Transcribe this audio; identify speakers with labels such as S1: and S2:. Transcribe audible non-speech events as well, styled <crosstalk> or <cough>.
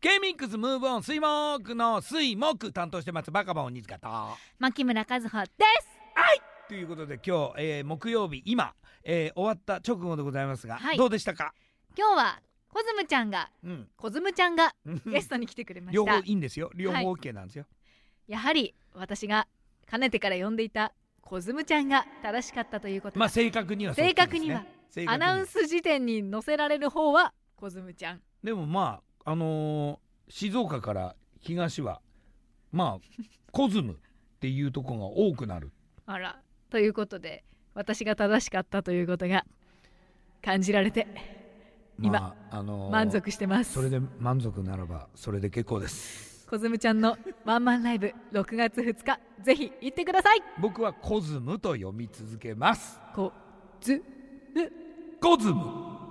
S1: ケミックスムーブオン水木の水木担当してますバカボン鬼塚とは
S2: 牧村和穂で
S1: いということで今日、えー木曜日今、えー終わった直後でございますが、
S2: はい
S1: どうでしたか、
S2: す今日はコズムちゃんが <laughs>
S1: うん、
S2: コズムちゃんが
S1: うん
S2: ゲストに来てくれまし
S1: 両
S2: た、
S1: 方いいんですよ両
S2: はい
S1: 方 OK なんですよ、
S2: やはり私がかねてから呼んでいたコズムちゃんが正しかったということ
S1: まあ
S2: が、
S1: 正確にはそっち
S2: 正
S1: ですね
S2: 確には
S1: 正
S2: ア
S1: 確に
S2: ナウンス時点に載せられる方はコズムちゃん
S1: でもまああのー静岡から東はまあコズムっていうとこが多くなる
S2: あらということで私が正しかったということが感じられて今
S1: まあ、あのー
S2: 満足してます
S1: それで満足ならばそれで結構です
S2: コズムちゃんのワンマンライブ6月2日ぜひ行ってください
S1: 僕はコズムと読み続けます
S2: こずむ
S1: コズム